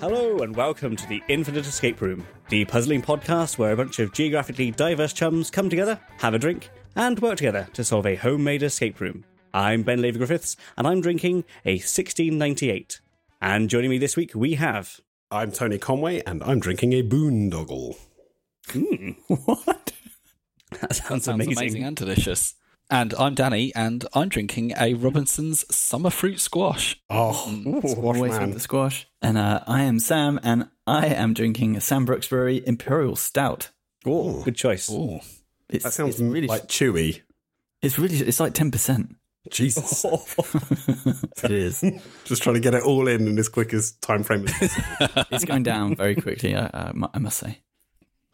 Hello and welcome to the Infinite Escape Room, the puzzling podcast where a bunch of geographically diverse chums come together, have a drink, and work together to solve a homemade escape room. I'm Ben Levy Griffiths, and I'm drinking a 1698. And joining me this week, we have. I'm Tony Conway, and I'm drinking a boondoggle. What? That sounds, Sounds amazing. and delicious. And I'm Danny, and I'm drinking a Robinson's summer fruit squash. Oh, squash Mm. Always man. with the squash. And uh, I am Sam, and I am drinking a Sam Brooks Brewery Imperial Stout. Oh, good choice. Oh, It's, That sounds it's really, like chewy. it's really, it's like ten percent. Jesus. It is. Just trying to get it all in in as quick as time frame as possible. it's going down very quickly. I, I, mu- I must say.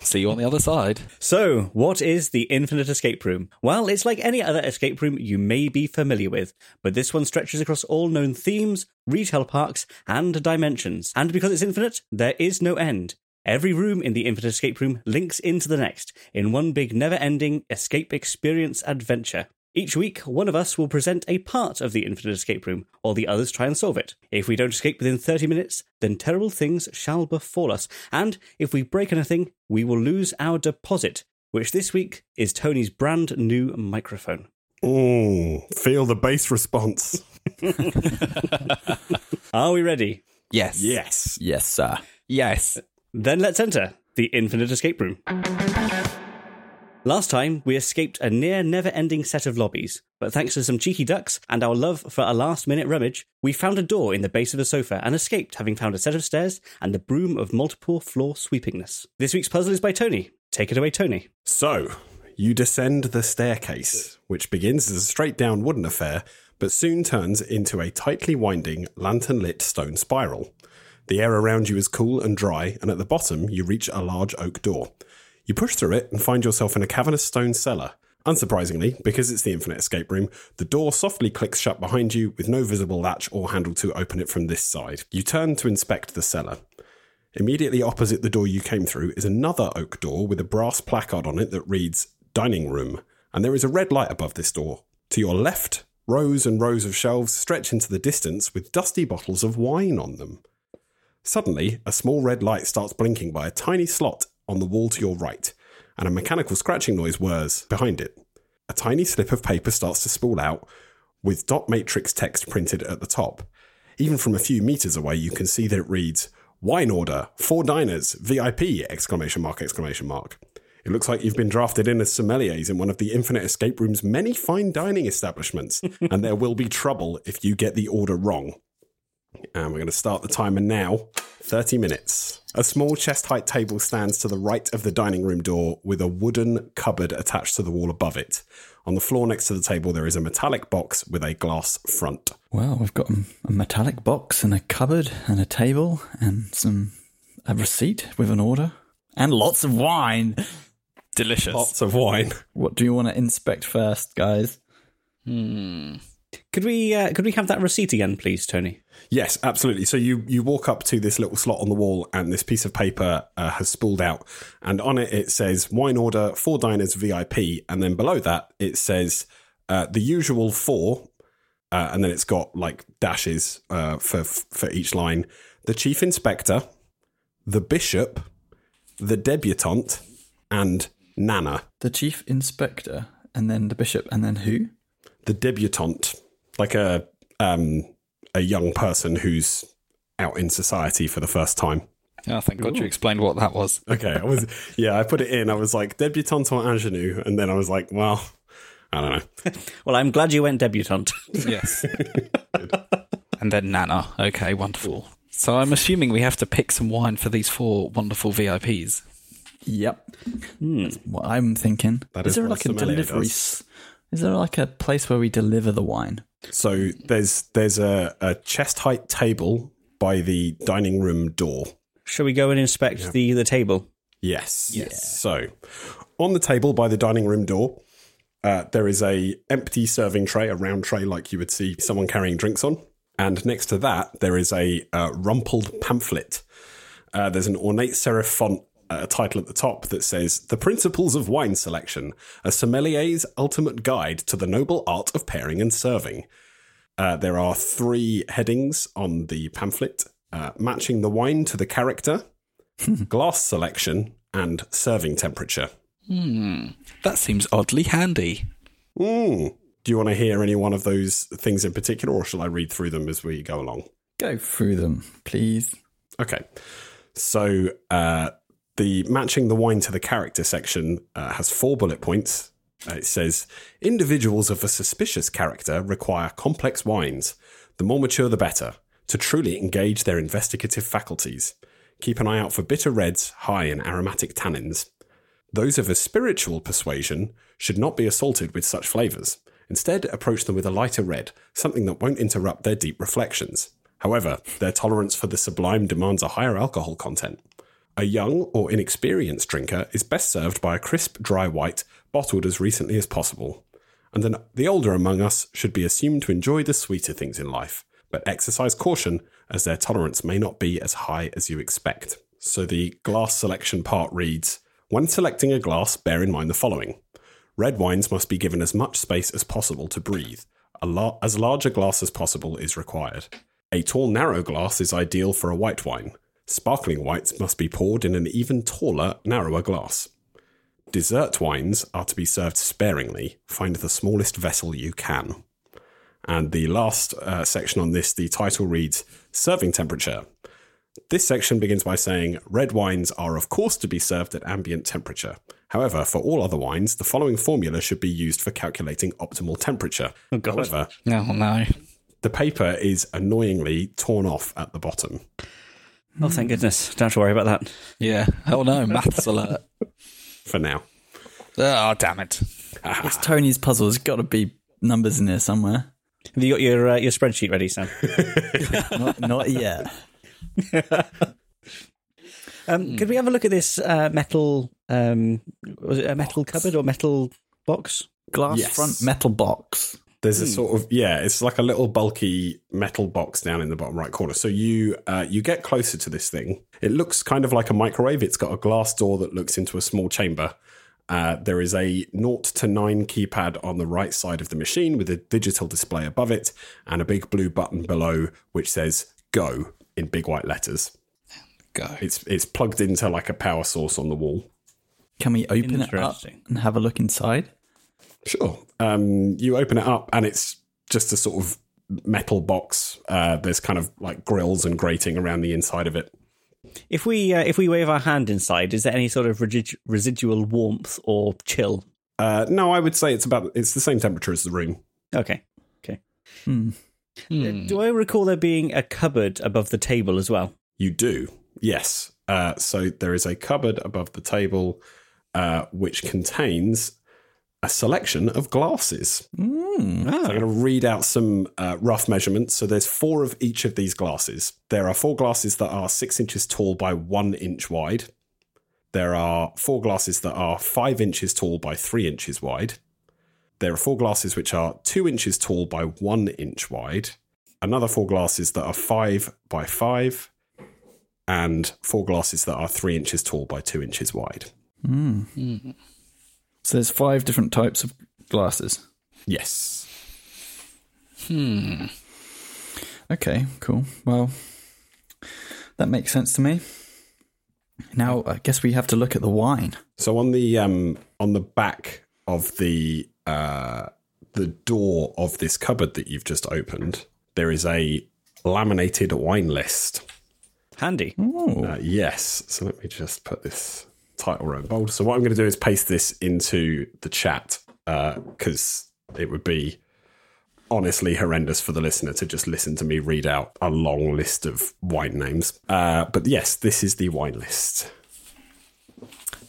see you on the other side. So, what is the Infinite Escape Room? Well, it's like any other escape room you may be familiar with, but this one stretches across all known themes, retail parks, and dimensions. And because it's infinite, there is no end. Every room in the Infinite Escape Room links into the next in one big never ending escape experience adventure. Each week, one of us will present a part of the Infinite Escape Room, while the others try and solve it. If we don't escape within 30 minutes, then terrible things shall befall us. And if we break anything, we will lose our deposit, which this week is Tony's brand new microphone. Mm, feel the bass response. Are we ready? Yes. Yes. Yes, sir. Yes. Then let's enter the Infinite Escape Room. Last time, we escaped a near never ending set of lobbies, but thanks to some cheeky ducks and our love for a last minute rummage, we found a door in the base of a sofa and escaped, having found a set of stairs and the broom of multiple floor sweepingness. This week's puzzle is by Tony. Take it away, Tony. So, you descend the staircase, which begins as a straight down wooden affair, but soon turns into a tightly winding, lantern lit stone spiral. The air around you is cool and dry, and at the bottom, you reach a large oak door. You push through it and find yourself in a cavernous stone cellar. Unsurprisingly, because it's the infinite escape room, the door softly clicks shut behind you with no visible latch or handle to open it from this side. You turn to inspect the cellar. Immediately opposite the door you came through is another oak door with a brass placard on it that reads Dining Room, and there is a red light above this door. To your left, rows and rows of shelves stretch into the distance with dusty bottles of wine on them. Suddenly, a small red light starts blinking by a tiny slot on the wall to your right, and a mechanical scratching noise whirs behind it. A tiny slip of paper starts to spool out with dot matrix text printed at the top. Even from a few meters away, you can see that it reads "Wine order, four diners, VIP!" exclamation mark exclamation mark. It looks like you've been drafted in as sommeliers in one of the Infinite Escape Room's many fine dining establishments, and there will be trouble if you get the order wrong. And we're going to start the timer now. 30 minutes. A small chest height table stands to the right of the dining room door with a wooden cupboard attached to the wall above it. On the floor next to the table, there is a metallic box with a glass front. Well, we've got um, a metallic box and a cupboard and a table and some a receipt with an order and lots of wine. Delicious. Lots of wine. What do you want to inspect first, guys? Could we uh, could we have that receipt again, please, Tony? Yes, absolutely. So you you walk up to this little slot on the wall, and this piece of paper uh, has spooled out, and on it it says wine order four diners VIP, and then below that it says uh, the usual four, uh, and then it's got like dashes uh, for for each line. The chief inspector, the bishop, the debutante, and Nana, The chief inspector, and then the bishop, and then who? the debutante, like a um a young person who's out in society for the first time. Oh, thank God you explained what that was. Okay, I was yeah, I put it in. I was like debutante or ingenue, and then I was like, well, I don't know. Well, I'm glad you went debutante. Yes. and then Nana. Okay, wonderful. So I'm assuming we have to pick some wine for these four wonderful VIPs. Yep. That's what I'm thinking. Hmm. That is is there what like a a sommelier delivery? does. s- Is there like a place where we deliver the wine? So there's there's a, a chest height table by the dining room door. Shall we go and inspect the, the table? Yes. Yes. So on the table by the dining room door, uh, there is a empty serving tray, a round tray like you would see someone carrying drinks on. And next to that, there is a uh, rumpled pamphlet. Uh, there's an ornate serif font uh, title at the top that says The Principles of Wine Selection, a sommelier's ultimate guide to the noble art of pairing and serving. Uh, there are three headings on the pamphlet uh, matching the wine to the character, glass selection, and serving temperature. That seems oddly handy. Mm. Do you want to hear any one of those things in particular, or shall I read through them as we go along? Go through them, please. Okay. So uh, the matching the wine to the character section uh, has four bullet points. Uh, it says individuals of a suspicious character require complex wines. The more mature, the better, to truly engage their investigative faculties. Keep an eye out for bitter reds high in aromatic tannins. Those of a spiritual persuasion should not be assaulted with such flavours. Instead, approach them with a lighter red, something that won't interrupt their deep reflections. However, their tolerance for the sublime demands a higher alcohol content. A young or inexperienced drinker is best served by a crisp, dry white, bottled as recently as possible. And then the older among us should be assumed to enjoy the sweeter things in life, but exercise caution as their tolerance may not be as high as you expect. So the glass selection part reads When selecting a glass, bear in mind the following Red wines must be given as much space as possible to breathe. A la- as large a glass as possible is required. A tall, narrow glass is ideal for a white wine. Sparkling whites must be poured in an even taller, narrower glass. Dessert wines are to be served sparingly. Find the smallest vessel you can. And the last uh, section on this, the title reads Serving Temperature. This section begins by saying red wines are, of course, to be served at ambient temperature. However, for all other wines, the following formula should be used for calculating optimal temperature. God. However, Oh no. the paper is annoyingly torn off at the bottom. Oh, thank goodness. Don't have to worry about that. Yeah. Oh no. Maths alert. For now, Oh damn it. Ah. It's Tony's puzzle. There's got to be numbers in there somewhere. Have you got your uh, your spreadsheet ready, Sam? Not, not yet. Um, Could we have a look at this uh, metal? Um, was it a metal cupboard or metal box? Glass Yes. front metal box. there's a sort of yeah, it's like a little bulky metal box down in the bottom right corner. So you uh, you get closer to this thing. It looks kind of like a microwave. It's got a glass door that looks into a small chamber. Uh, there is a 0 to 9 keypad on the right side of the machine with a digital display above it and a big blue button below which says go in big white letters. Go. It's it's plugged into like a power source on the wall. Can we open it up Interesting. and have a look inside? Sure. Um, you open it up, and it's just a sort of metal box. Uh, there's kind of like grills and grating around the inside of it. If we uh, if we wave our hand inside, is there any sort of regi- residual warmth or chill? Uh, no, I would say it's about it's the same temperature as the room. Okay, okay. Uh, Do I recall there being a cupboard above the table as well? You do, yes. Uh, so there is a cupboard above the table, uh, which contains a selection of glasses. So I'm going to read out some uh, rough measurements. So there's four of each of these glasses. There are four glasses that are six inches tall by one inch wide. There are four glasses that are five inches tall by three inches wide. There are four glasses which are two inches tall by one inch wide. Another four glasses that are five by five. And four glasses that are three inches tall by two inches wide. So there's five different types of glasses. Yes. Okay, cool. Well, that makes sense to me. Now, I guess we have to look at the wine. So on the um on the back of the uh the door of this cupboard that you've just opened, there is a laminated wine list. Handy. Uh, yes. So let me just put this title row in bold. So what I'm going to do is paste this into the chat because it would be honestly horrendous for the listener to just listen to me read out a long list of wine names. Uh, but yes, this is the wine list.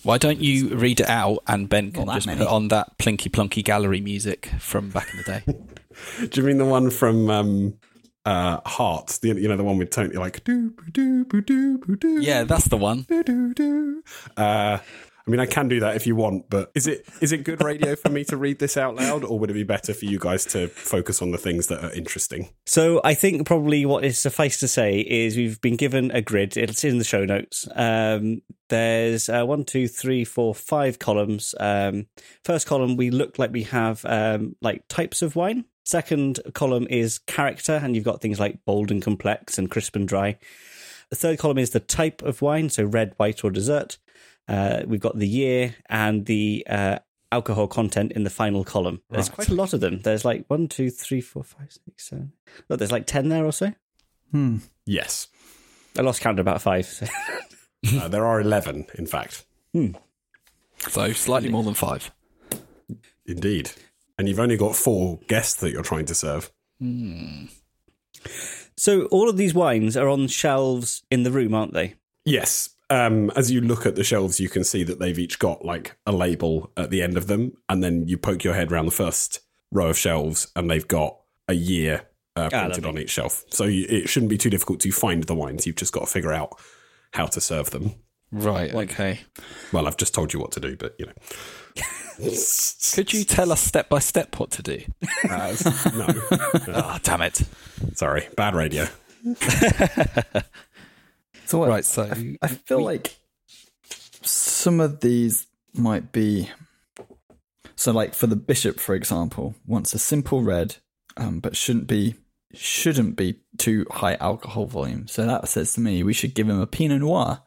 Why don't you read it out and Ben can that just many. put on that plinky plonky gallery music from back in the day? Do you mean the one from um, uh, Heart? The, you know, the one with Tony, like, doo, boo, doo, boo, doo, boo, doo, yeah, that's the one. doo, doo, doo. Uh, I mean, I can do that if you want, but is it is it good radio for me to read this out loud, or would it be better for you guys to focus on the things that are interesting? So I think probably what is suffice to say is we've been given a grid. It's in the show notes. Um, there's uh, one, two, three, four, five columns. Um, first column, we look like we have um, like types of wine. Second column is character, and you've got things like bold and complex and crisp and dry. The third column is the type of wine, so red, white, or dessert. Uh, we've got the year and the uh, alcohol content in the final column. There's Right. quite a lot of them. There's like one, two, three, four, five, six, seven. Look, there's like 10 there or so. Hmm. Yes. I lost count at about five. so- Uh, there are 11, in fact. So slightly more than five. Indeed. And you've only got four guests that you're trying to serve. So all of these wines are on shelves in the room, aren't they? Yes. Um, as you look at the shelves, you can see that they've each got like a label at the end of them. And then you poke your head around the first row of shelves and they've got a year uh, printed lovely. on each shelf. So you, it shouldn't be too difficult to find the wines. You've just got to figure out how to serve them. Right. Okay. Well, I've just told you what to do, but you know. Could you tell us step by step what to do? Uh, no. Ah, damn it. Sorry. Bad radio. So what, Right. So I feel like some of these might be. So, like for the bishop, for example, wants a simple red, um, but shouldn't be shouldn't be too high alcohol volume. So that says to me we should give him a Pinot Noir.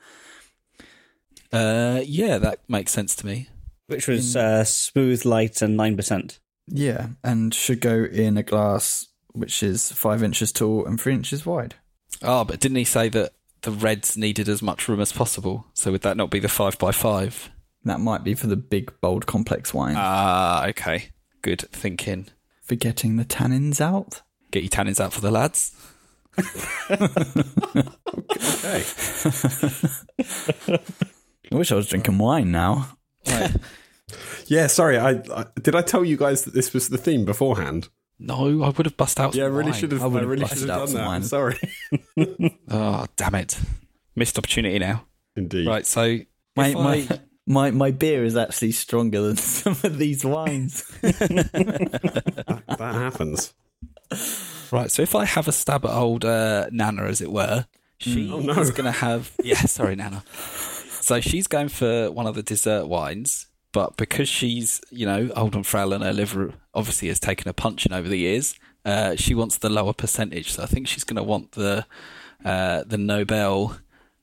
uh, yeah, that makes sense to me. Which was uh, smooth, light, and 9%. Yeah, and should go in a glass which is five inches tall and three inches wide. Ah, but didn't he say that the reds needed as much room as possible? So would that not be the five by five? That might be for the big, bold, complex wine. Ah, okay. Good thinking. for getting the tannins out. Get your tannins out for the lads. Okay. I wish I was drinking wine now. Yeah, sorry. I, I did I tell you guys that this was the theme beforehand. No, I would have bust out. Yeah, I some really wine. should have. I I, would have really busted should have out done some that. wine. Sorry. Oh, damn it. Missed opportunity now. Indeed. Right, so My, if my, I- my, my beer is actually stronger than some of these wines. That happens. right, so if I have a stab at old uh, Nana, as it were, she is going to have. Yeah, sorry, Nana. So she's going for one of the dessert wines, but because she's you know old and frail and her liver obviously has taken a punching over the years, uh, she wants the lower percentage. So I think she's going to want the uh, the Nobel.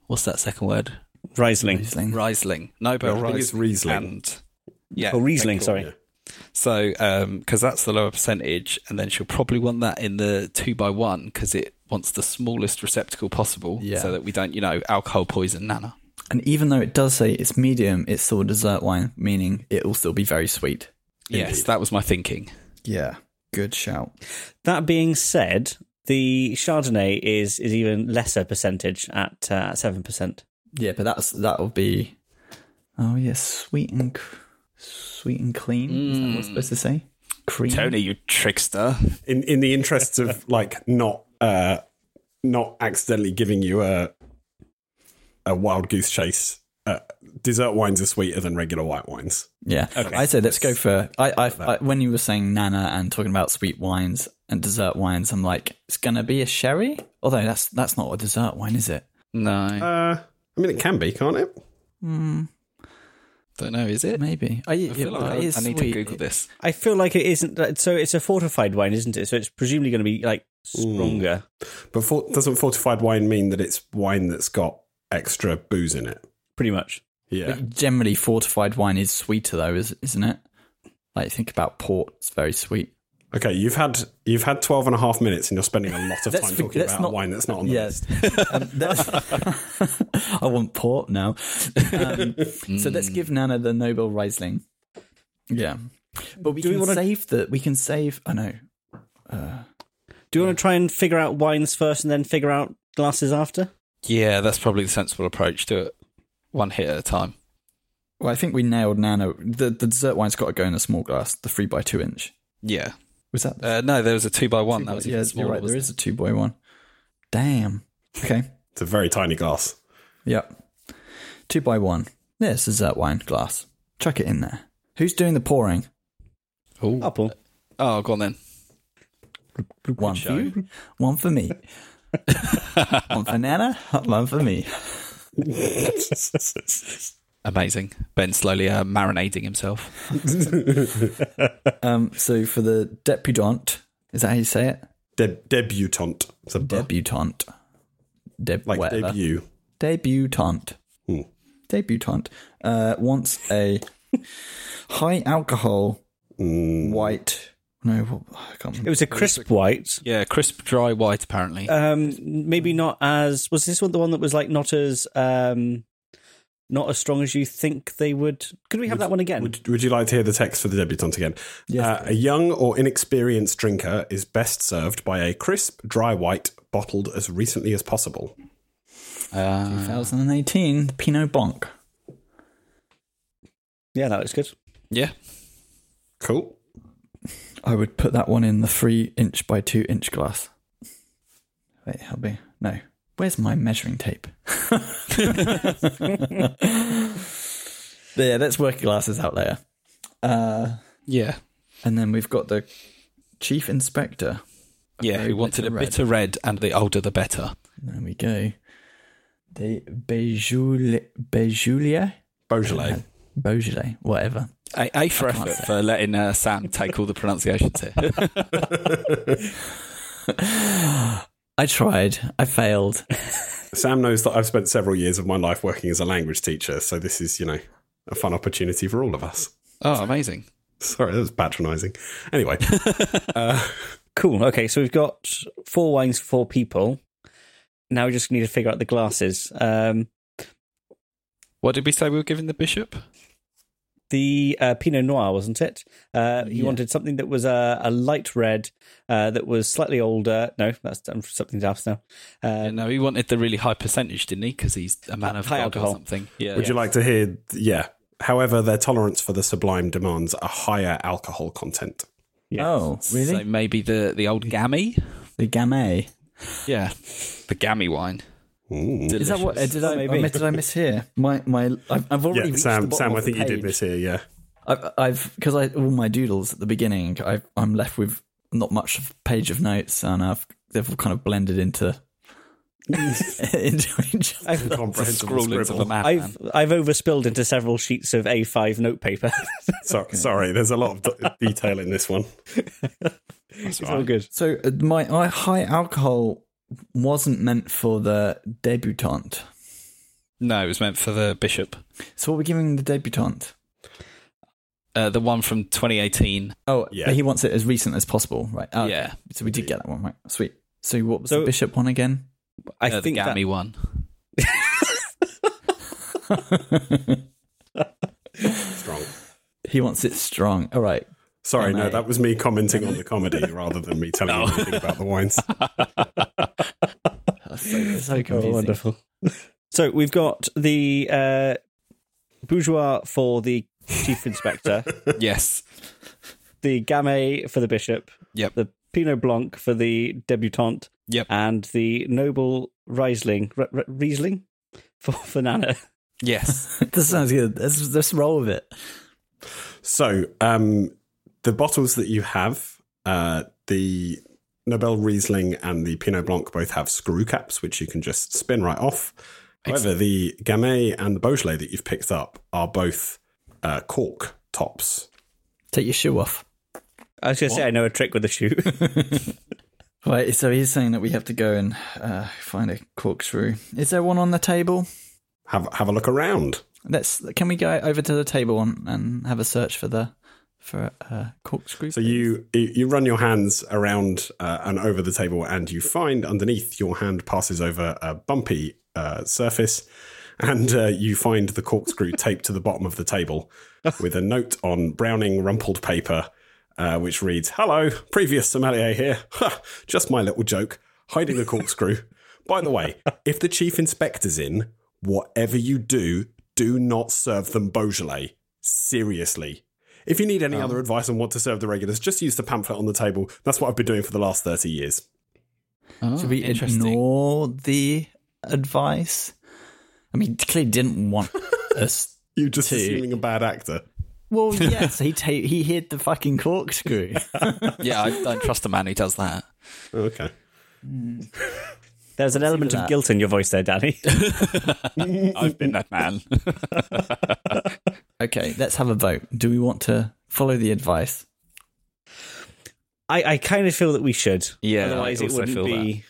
What's that second word? Riesling. Riesling. Riesling. Nobel I think it's Riesling. And, yeah, Oh, Riesling, sorry. So, because that's the lower percentage, and then she'll probably want that in the two by one because it wants the smallest receptacle possible, Yeah. so that we don't, you know, alcohol poison Nana. And even though it does say it's medium, it's still a dessert wine, meaning it will still be very sweet. Yes, that was my thinking. Yeah. Good shout. That being said, the Chardonnay is is even lesser percentage at uh, 7%. Yeah, but that's that'll be. Oh yes, sweet and c- sweet and clean. Is that what it's supposed to say? Cream. Tony, you trickster! In in the interests of like not uh not accidentally giving you a a wild goose chase, uh, dessert wines are sweeter than regular white wines. Yeah, I say let's go for. I, I, I when you were saying Nana and talking about sweet wines and dessert wines, I'm like, it's gonna be a sherry. Although that's that's not a dessert wine, is it? No, Uh, I mean, it can be, can't it? don't know. Is it? Maybe. I, I, feel like I, I need to Google this. I feel like it isn't. uh, So it's a fortified wine, isn't it? So it's presumably going to be like stronger. But for, doesn't fortified wine mean that it's wine that's got extra booze in it? Pretty much. Yeah. Generally, fortified wine is sweeter though, is, isn't it? Like think about port; it's very sweet. Okay, you've had you've had 12 and a half minutes and you're spending a lot of Let's time for- talking let's about not- wine that's not on the list. Um, that's- I want port now. Um, So let's Mm. give Nana the Nobel Riesling. Yeah, but we Do we can wanna- save the. We can save. I know. Do you want to try and figure out wines first and then figure out glasses after? Yeah, that's probably the sensible approach to it. One hit at a time. Well, I think we nailed Nano. The, the dessert wine's got to go in a small glass, the three by two inch. Yeah. Was that? Uh, no, there was a two by one. two that by- was yeah, even you're smaller. right. There wasn't is a two by one. Damn. Okay. It's a very tiny glass. yep. Two by one. There's dessert wine glass. Chuck it in there. Who's doing the pouring? there? Ooh. Apple. Oh, go on then. One for you, one for me. one for Nana, one for me. Amazing. Ben slowly uh, marinating himself. Um, so for the depudant, Is that how you say it? De- debutante. It's a b- Debutante. Deb- like whatever. debut. Debutante. Hmm. Debutante uh, wants a high alcohol Mm. white. No, what- I can't It remember. was a crisp white. Yeah, crisp, dry white, apparently. Uh, Um, maybe not as was this one the one that was like not as um, not as strong as you think they would. Could we have that one again? Would, would you like to hear the text for the debutante again? Yes, Uh, a young or inexperienced drinker is best served by a crisp, dry white bottled as recently as possible. Uh, 2018 Pinot Bonk. yeah, that looks good. yeah. Cool. I would put that one in the three inch by two inch glass. Wait, how big? No. Where's my measuring tape? But yeah, let's work glasses out later. Uh, Yeah. and then we've got the chief inspector. Yeah, very who wanted a bitter red. bitter red and the older the better. There we go. The Bejule, Bejulia? Beaujolais. Beaujolais, whatever. A, a for effort for letting uh, Sam take all the pronunciations here. I tried. I failed. Sam knows that I've spent several years of my life working as a language teacher, so this is, you know, a fun opportunity for all of us. oh, amazing. Sorry, that was patronising. Anyway, Cool. Okay, so we've got four wines for four people. Now we just need to figure out the glasses. Um, What did we say we were giving the bishop? the uh, Pinot Noir, wasn't it? Uh, you Yeah. wanted something that was a, a light red, uh, that was slightly older. No, that's done for something else now. Uh, no, he wanted the really high percentage, didn't he? Because he's a man of High God alcohol. or something. Yeah. would you like to hear? Yeah. However, their tolerance for the sublime demands a higher alcohol content. Yes. Oh, really? So maybe the, the old gammy? The Gamay. Yeah. The gammy wine. Mm. Is that what? uh, did I, Maybe. I did I miss here? My my. I've, I've already Yeah, reached the Sam. bottom Sam, of I the think you did page. miss here. Yeah. I've I've because I all my doodles at the beginning. I I'm left with not much of a page of notes, and I've they've all kind of blended into into each other. Comprehensible Scrawlings of scribble. a Ah, man. I've I've overspilled into several sheets of A5 notepaper. So, Sorry, there's a lot of d- detail in this one. it's all good. So uh, my I, high alcohol wasn't meant for the debutante. No, it was meant for the bishop. So what we're giving the debutante? Uh, the one from 2018. Oh, Yeah. yeah. He wants it as recent as possible, right? Oh, okay. Yeah. So we did get that one right. Sweet. So what was So- the bishop one again? I uh, think the that gammy one. Strong. He wants it strong. All right. Sorry, no, Mate. that was me commenting on the comedy rather than me telling you anything about the wines. That's so, so Oh, confusing. wonderful. so we've got the uh, bourgeois for the chief inspector, Yes. the gamay for the bishop, Yep. the pinot blanc for the debutante, Yep. and the noble riesling R- R- riesling for, for Nana. Yes. This sounds good. Let's let's roll with it. So, um, the bottles that you have, uh, the Nobel Riesling and the Pinot Blanc both have screw caps, which you can just spin right off. However, the Gamay and the Beaujolais that you've picked up are both uh, cork tops. Take your shoe off. I was going to say I know a trick with a shoe. Right, so he's saying that we have to go and uh, find a corkscrew. Is there one on the table? Have have a look around. Let's. Can we go over to the table and, and have a search for the for a uh, corkscrew? So you you you run your hands around uh, and over the table, and you find underneath your hand passes over a bumpy uh, surface, and uh, you find the corkscrew taped to the bottom of the table with a note on Browning rumpled paper, uh, which reads, "Hello, previous sommelier here. Ha, just my little joke, hiding the corkscrew. By the way, if the chief inspector's in, whatever you do, do not serve them Beaujolais. Seriously." If you need any Uh-huh. other advice on what to serve the regulars, just use the pamphlet on the table. That's what I've been doing for the last 30 years. Oh, Should we interesting. ignore the advice? I mean, he clearly didn't want us. You're just Two. assuming a bad actor. Well, yes, he ta- he hid the fucking corkscrew. Yeah, I don't trust a man who does that. Okay. There's an element of that. guilt in your voice there, Danny. I've been that man. okay, let's have a vote. Do we want to follow the advice? I, I kind of feel that we should. Yeah, I Otherwise, it also wouldn't feel be.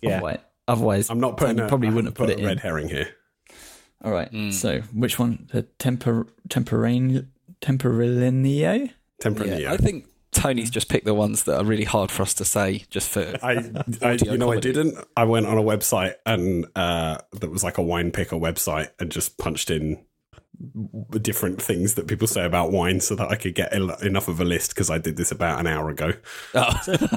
Yeah. Otherwise, otherwise I'm not putting. I a- probably I wouldn't have haven't put it a in. red herring here. All right. Hmm. So which one? The temper temporane temporalineo. Tempranillo. Yeah, I think Tony's just picked the ones that are really hard for us to say, just for I, I you know, I didn't. I went on a website and uh, that was like a wine picker website and just punched in different things that people say about wine so that I could get el- enough of a list because I did this about an hour ago. Oh.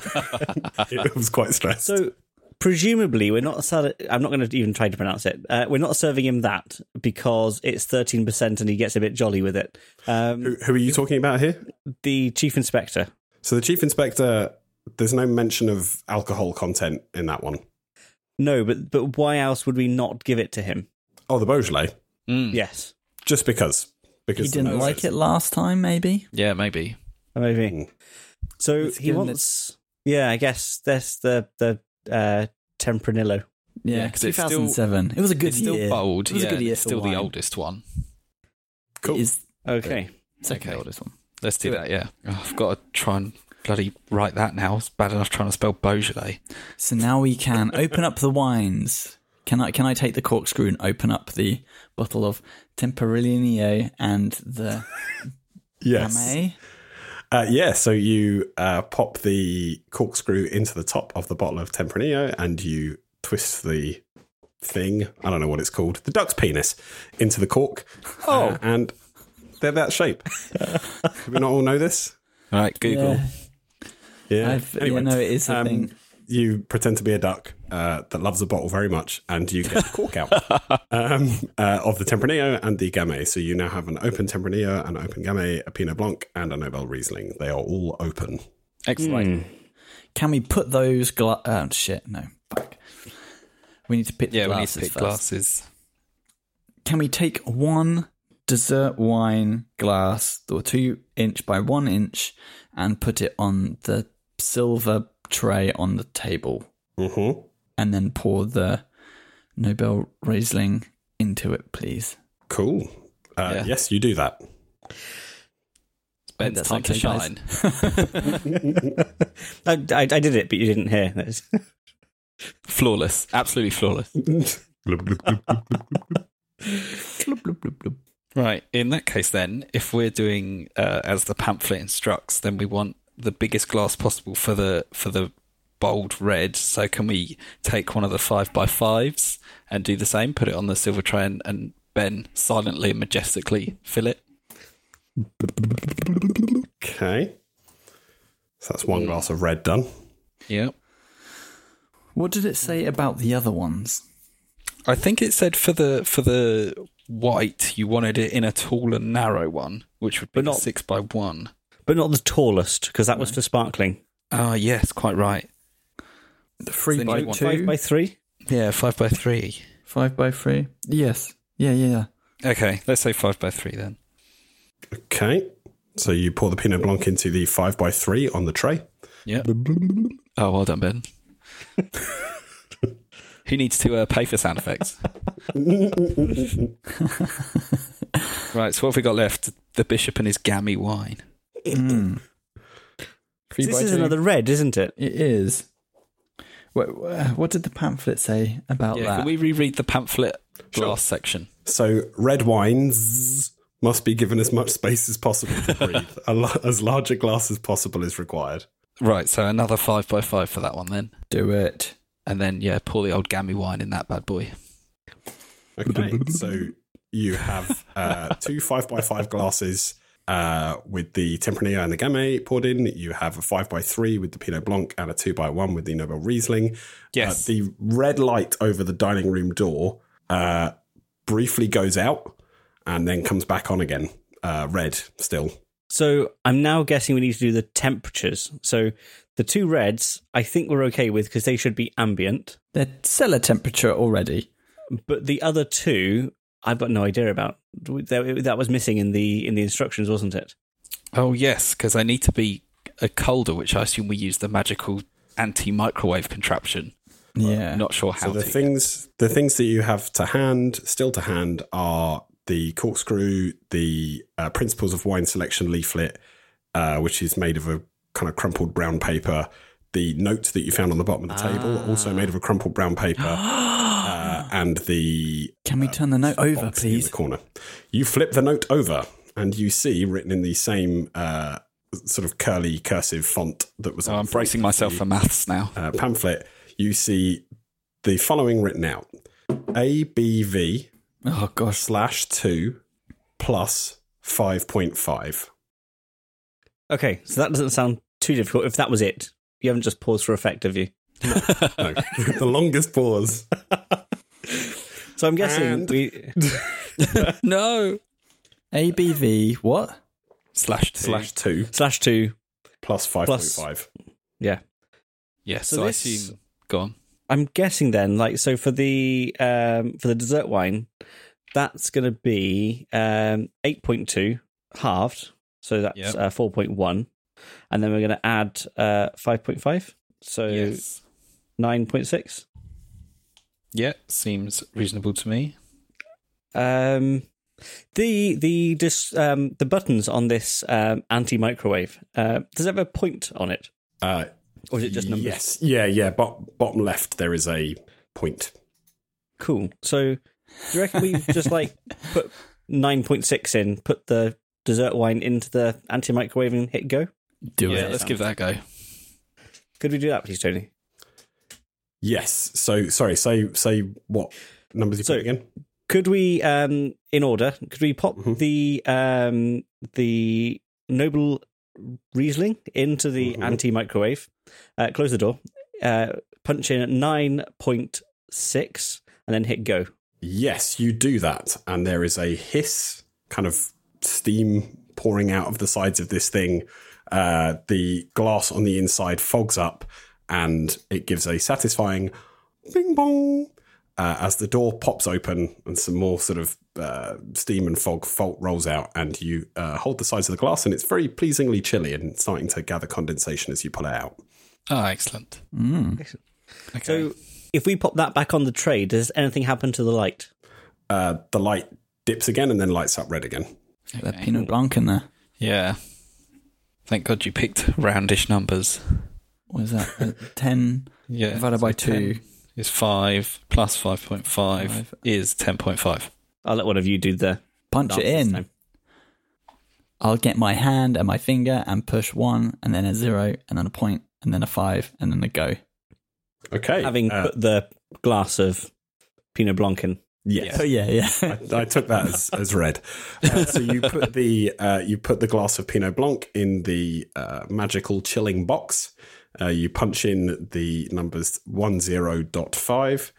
it was quite stressed. So presumably, we're not. ser- I'm not going to even try to pronounce it. Uh, we're not serving him that because it's 13 percent, and he gets a bit jolly with it. Um, who, who are you talking about here? the chief inspector. So the chief inspector. There's no mention of alcohol content in that one. No, but but why else would we not give it to him? Oh, the Beaujolais. Mm, Hmm. Yes, Just because. He Because didn't like it last time, maybe. yeah, maybe. maybe. Mm. So It's he given wants. Yeah, I guess that's the the uh, Tempranillo. Yeah, Yeah, 'cause it's still- 2007. it was a good it's still year. bold. It was yeah, a good year. it's still for the wine. oldest one. Cool. It is Okay. second Okay. oldest one. Let's do Do that. Yeah, Oh, I've got to try and bloody write that now. It's bad enough trying to spell Beaujolais. So now we can open up the wines. Can I can I take the corkscrew and open up the bottle of Temporilineo and the Yes. Gamay? Uh, yeah, so you uh, pop the corkscrew into the top of the bottle of Tempranillo and you twist the thing, I don't know what it's called, the duck's penis, into the cork. Oh. and they're that shape. Do we not all know this? All right, Google. Yeah, Yeah. I've, yeah, no, it is a um, thing. you pretend to be a duck uh, that loves a bottle very much, and you get the cork out um, uh, of the Tempranillo and the Gamay. So you now have an open Tempranillo, an open Gamay, a Pinot Blanc, and a Nobel Riesling. They are all open. Excellent. Can we put those gla- oh shit, no. Fuck. We need to pick the Yeah, we need glasses to pick first. glasses. Can we take one dessert wine glass or two inch by one inch and put it on the silver tray on the table Mm-hmm. and then pour the Nobel Riesling into it, please? Cool. Uh, Yeah. Yes, you do that. Ben's That's time to okay, guys. shine. I, I, I did it, but you didn't hear. That's- flawless, absolutely flawless. Bloop, bloop, bloop, bloop. Right. In that case, then, if we're doing uh, as the pamphlet instructs, then we want the biggest glass possible for the for the bold red. So can we take one of the five by fives and do the same? Put it on the silver tray and, and Ben silently and majestically fill it. okay. So that's one glass of red done. Yeah. What did it say about the other ones? I think it said for the for the white, you wanted it in a tall and narrow one, which would be not- six by one. but not the tallest because that was for sparkling. Ah, yes, quite right. The three So by you want two, Five by three. Yeah, five by three. five by three. Yes, yeah, yeah, yeah. Okay, let's say five by three then. Okay. So you pour the Pinot Blanc into the 5x3 on the tray. Yeah. Oh, well done, Ben. Who needs to uh, pay for sound effects? right, so what have we got left? The bishop and his gammy wine. Hmm. Three this by is two. another red, isn't it? It is. What, what did the pamphlet say about Yeah, that? can we reread the pamphlet glass section? So red wines must be given as much space as possible to breathe. a la- as large a glass as possible is required. Right, so another five by five for that one then. Do it. And then, yeah, pour the old gammy wine in that bad boy. Okay. so you have uh, two 5x5 glasses uh, with the Tempranillo and the Gamay poured in. You have a 5x3 with the Pinot Blanc and a 2x1 with the Nobel Riesling. Yes. Uh, the red light over the dining room door uh, briefly goes out and then comes back on again. Uh, red still. So I'm now guessing we need to do the temperatures. So the two reds, I think we're okay with because they should be ambient. They're cellar temperature already. But the other two, I've got no idea about. That that was missing in the in the instructions, wasn't it? Oh, yes, because I need to be a colder, which I assume we use the magical anti microwave contraption. Yeah. Not sure how So the to. things the things that you have to hand, still to hand, are the corkscrew, the uh, principles of wine selection leaflet, uh, which is made of a kind of crumpled brown paper. The note that you found on the bottom of the table, also made of a crumpled brown paper, uh, and the Can we turn the note over, box in the please? corner. You flip the note over, and you see written in the same uh, sort of curly cursive font that was. So on Oh, I'm the bracing myself for maths now. uh, pamphlet. You see the following written out: ABV Oh gosh. slash two plus five point five. Okay, so that doesn't sound too difficult. If that was it, you haven't just paused for effect, have you? No, the longest pause. So I'm guessing And- we No. ABV what? Slash two. Slash two slash two. plus five point five. Yeah, Yeah, So so, this- I assume. Go on. I'm guessing then. Like so for the um for the dessert wine, that's going to be um eight point two halved. So that's Yep. uh, four point one, and then we're going to add uh five point five. So Yes. nine point six. Yeah, seems reasonable to me. Um, the the dis, um, the buttons on this um, anti microwave uh, does it have a point on it, Uh, or is it just numbers? Yes. Yeah. Yeah. Bot- bottom left, there is a point. Cool. So, do you reckon we just like put nine point six in, put the dessert wine into the anti microwave and hit go? Do yeah, it. let's give that a go. Could we do that, please, Tony? Yes. So sorry. Say say what numbers you So- put again? Could we, um, in order, could we pop the um, the noble Riesling into the Mhm. anti microwave, uh, close the door, uh, punch in nine point six, and then hit go. Yes, you do that, and there is a hiss, kind of steam pouring out of the sides of this thing. Uh, the glass on the inside fogs up, and it gives a satisfying bing bong uh, as the door pops open, and some more sort of uh, steam and fog fault rolls out, and you uh, hold the sides of the glass, and it's very pleasingly chilly and starting to gather condensation as you pull it out. Oh, excellent. Mm. Okay. So, if we pop that back on the tray, does anything happen to the light? Uh, the light dips again, and then lights up red again. That Pinot Blanc in there. yeah. Thank God you picked roundish numbers. What is that? Uh, Ten Yeah. divided by two. is 5 plus 5.5 is 10.5. I'll let one of you do the Punch it dance this in. time. I'll get my hand and my finger and push one, and then a zero, and then a point, and then a five, and then a go. Okay, Having uh, put the glass of Pinot Blanc in. yes. Oh yeah, yeah. I took that as, as red. Uh, so you put the uh, you put the glass of Pinot Blanc in the uh, magical chilling box. Uh, you punch in the numbers one zero dot five.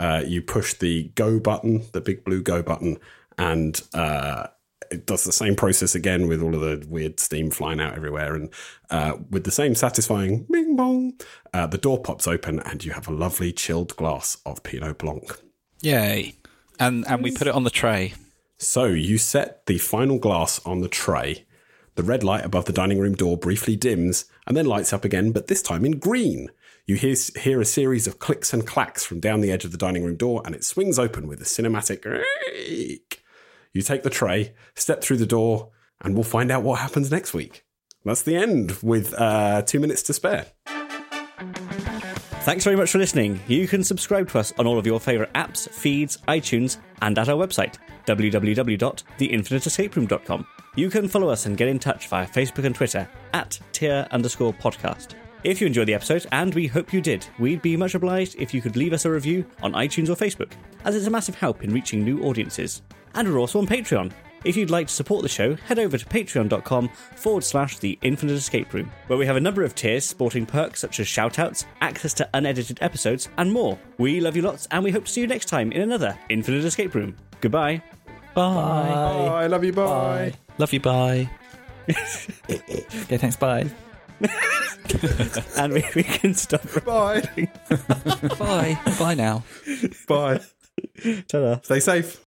Uh, you push the go button, the big blue go button, and uh, it does the same process again with all of the weird steam flying out everywhere. And uh, with the same satisfying bing bong, uh, the door pops open and you have a lovely chilled glass of Pinot Blanc. Yay. And and we put it on the tray. So you set the final glass on the tray. The red light above the dining room door briefly dims and then lights up again, but this time in green. You hear, hear a series of clicks and clacks from down the edge of the dining room door, and it swings open with a cinematic creak. You take the tray, step through the door, and we'll find out what happens next week. That's the end with uh, two minutes to spare. Thanks very much for listening. You can subscribe to us on all of your favourite apps, feeds, iTunes, and at our website, www.theinfiniteescaperoom.com. You can follow us and get in touch via Facebook and Twitter at tier underscore podcast. If you enjoyed the episode, and we hope you did, we'd be much obliged if you could leave us a review on iTunes or Facebook, as it's a massive help in reaching new audiences. And we're also on Patreon. If you'd like to support the show, head over to patreon.com forward slash the infinite escape room, where we have a number of tiers sporting perks such as shoutouts, access to unedited episodes, and more. We love you lots, and we hope to see you next time in another infinite escape room. Goodbye. Bye. Bye, love you, bye. Love you, bye. Okay, thanks. Bye. And we, we can stop. Bye. Bye. bye now. Bye. Ta-da. Stay safe.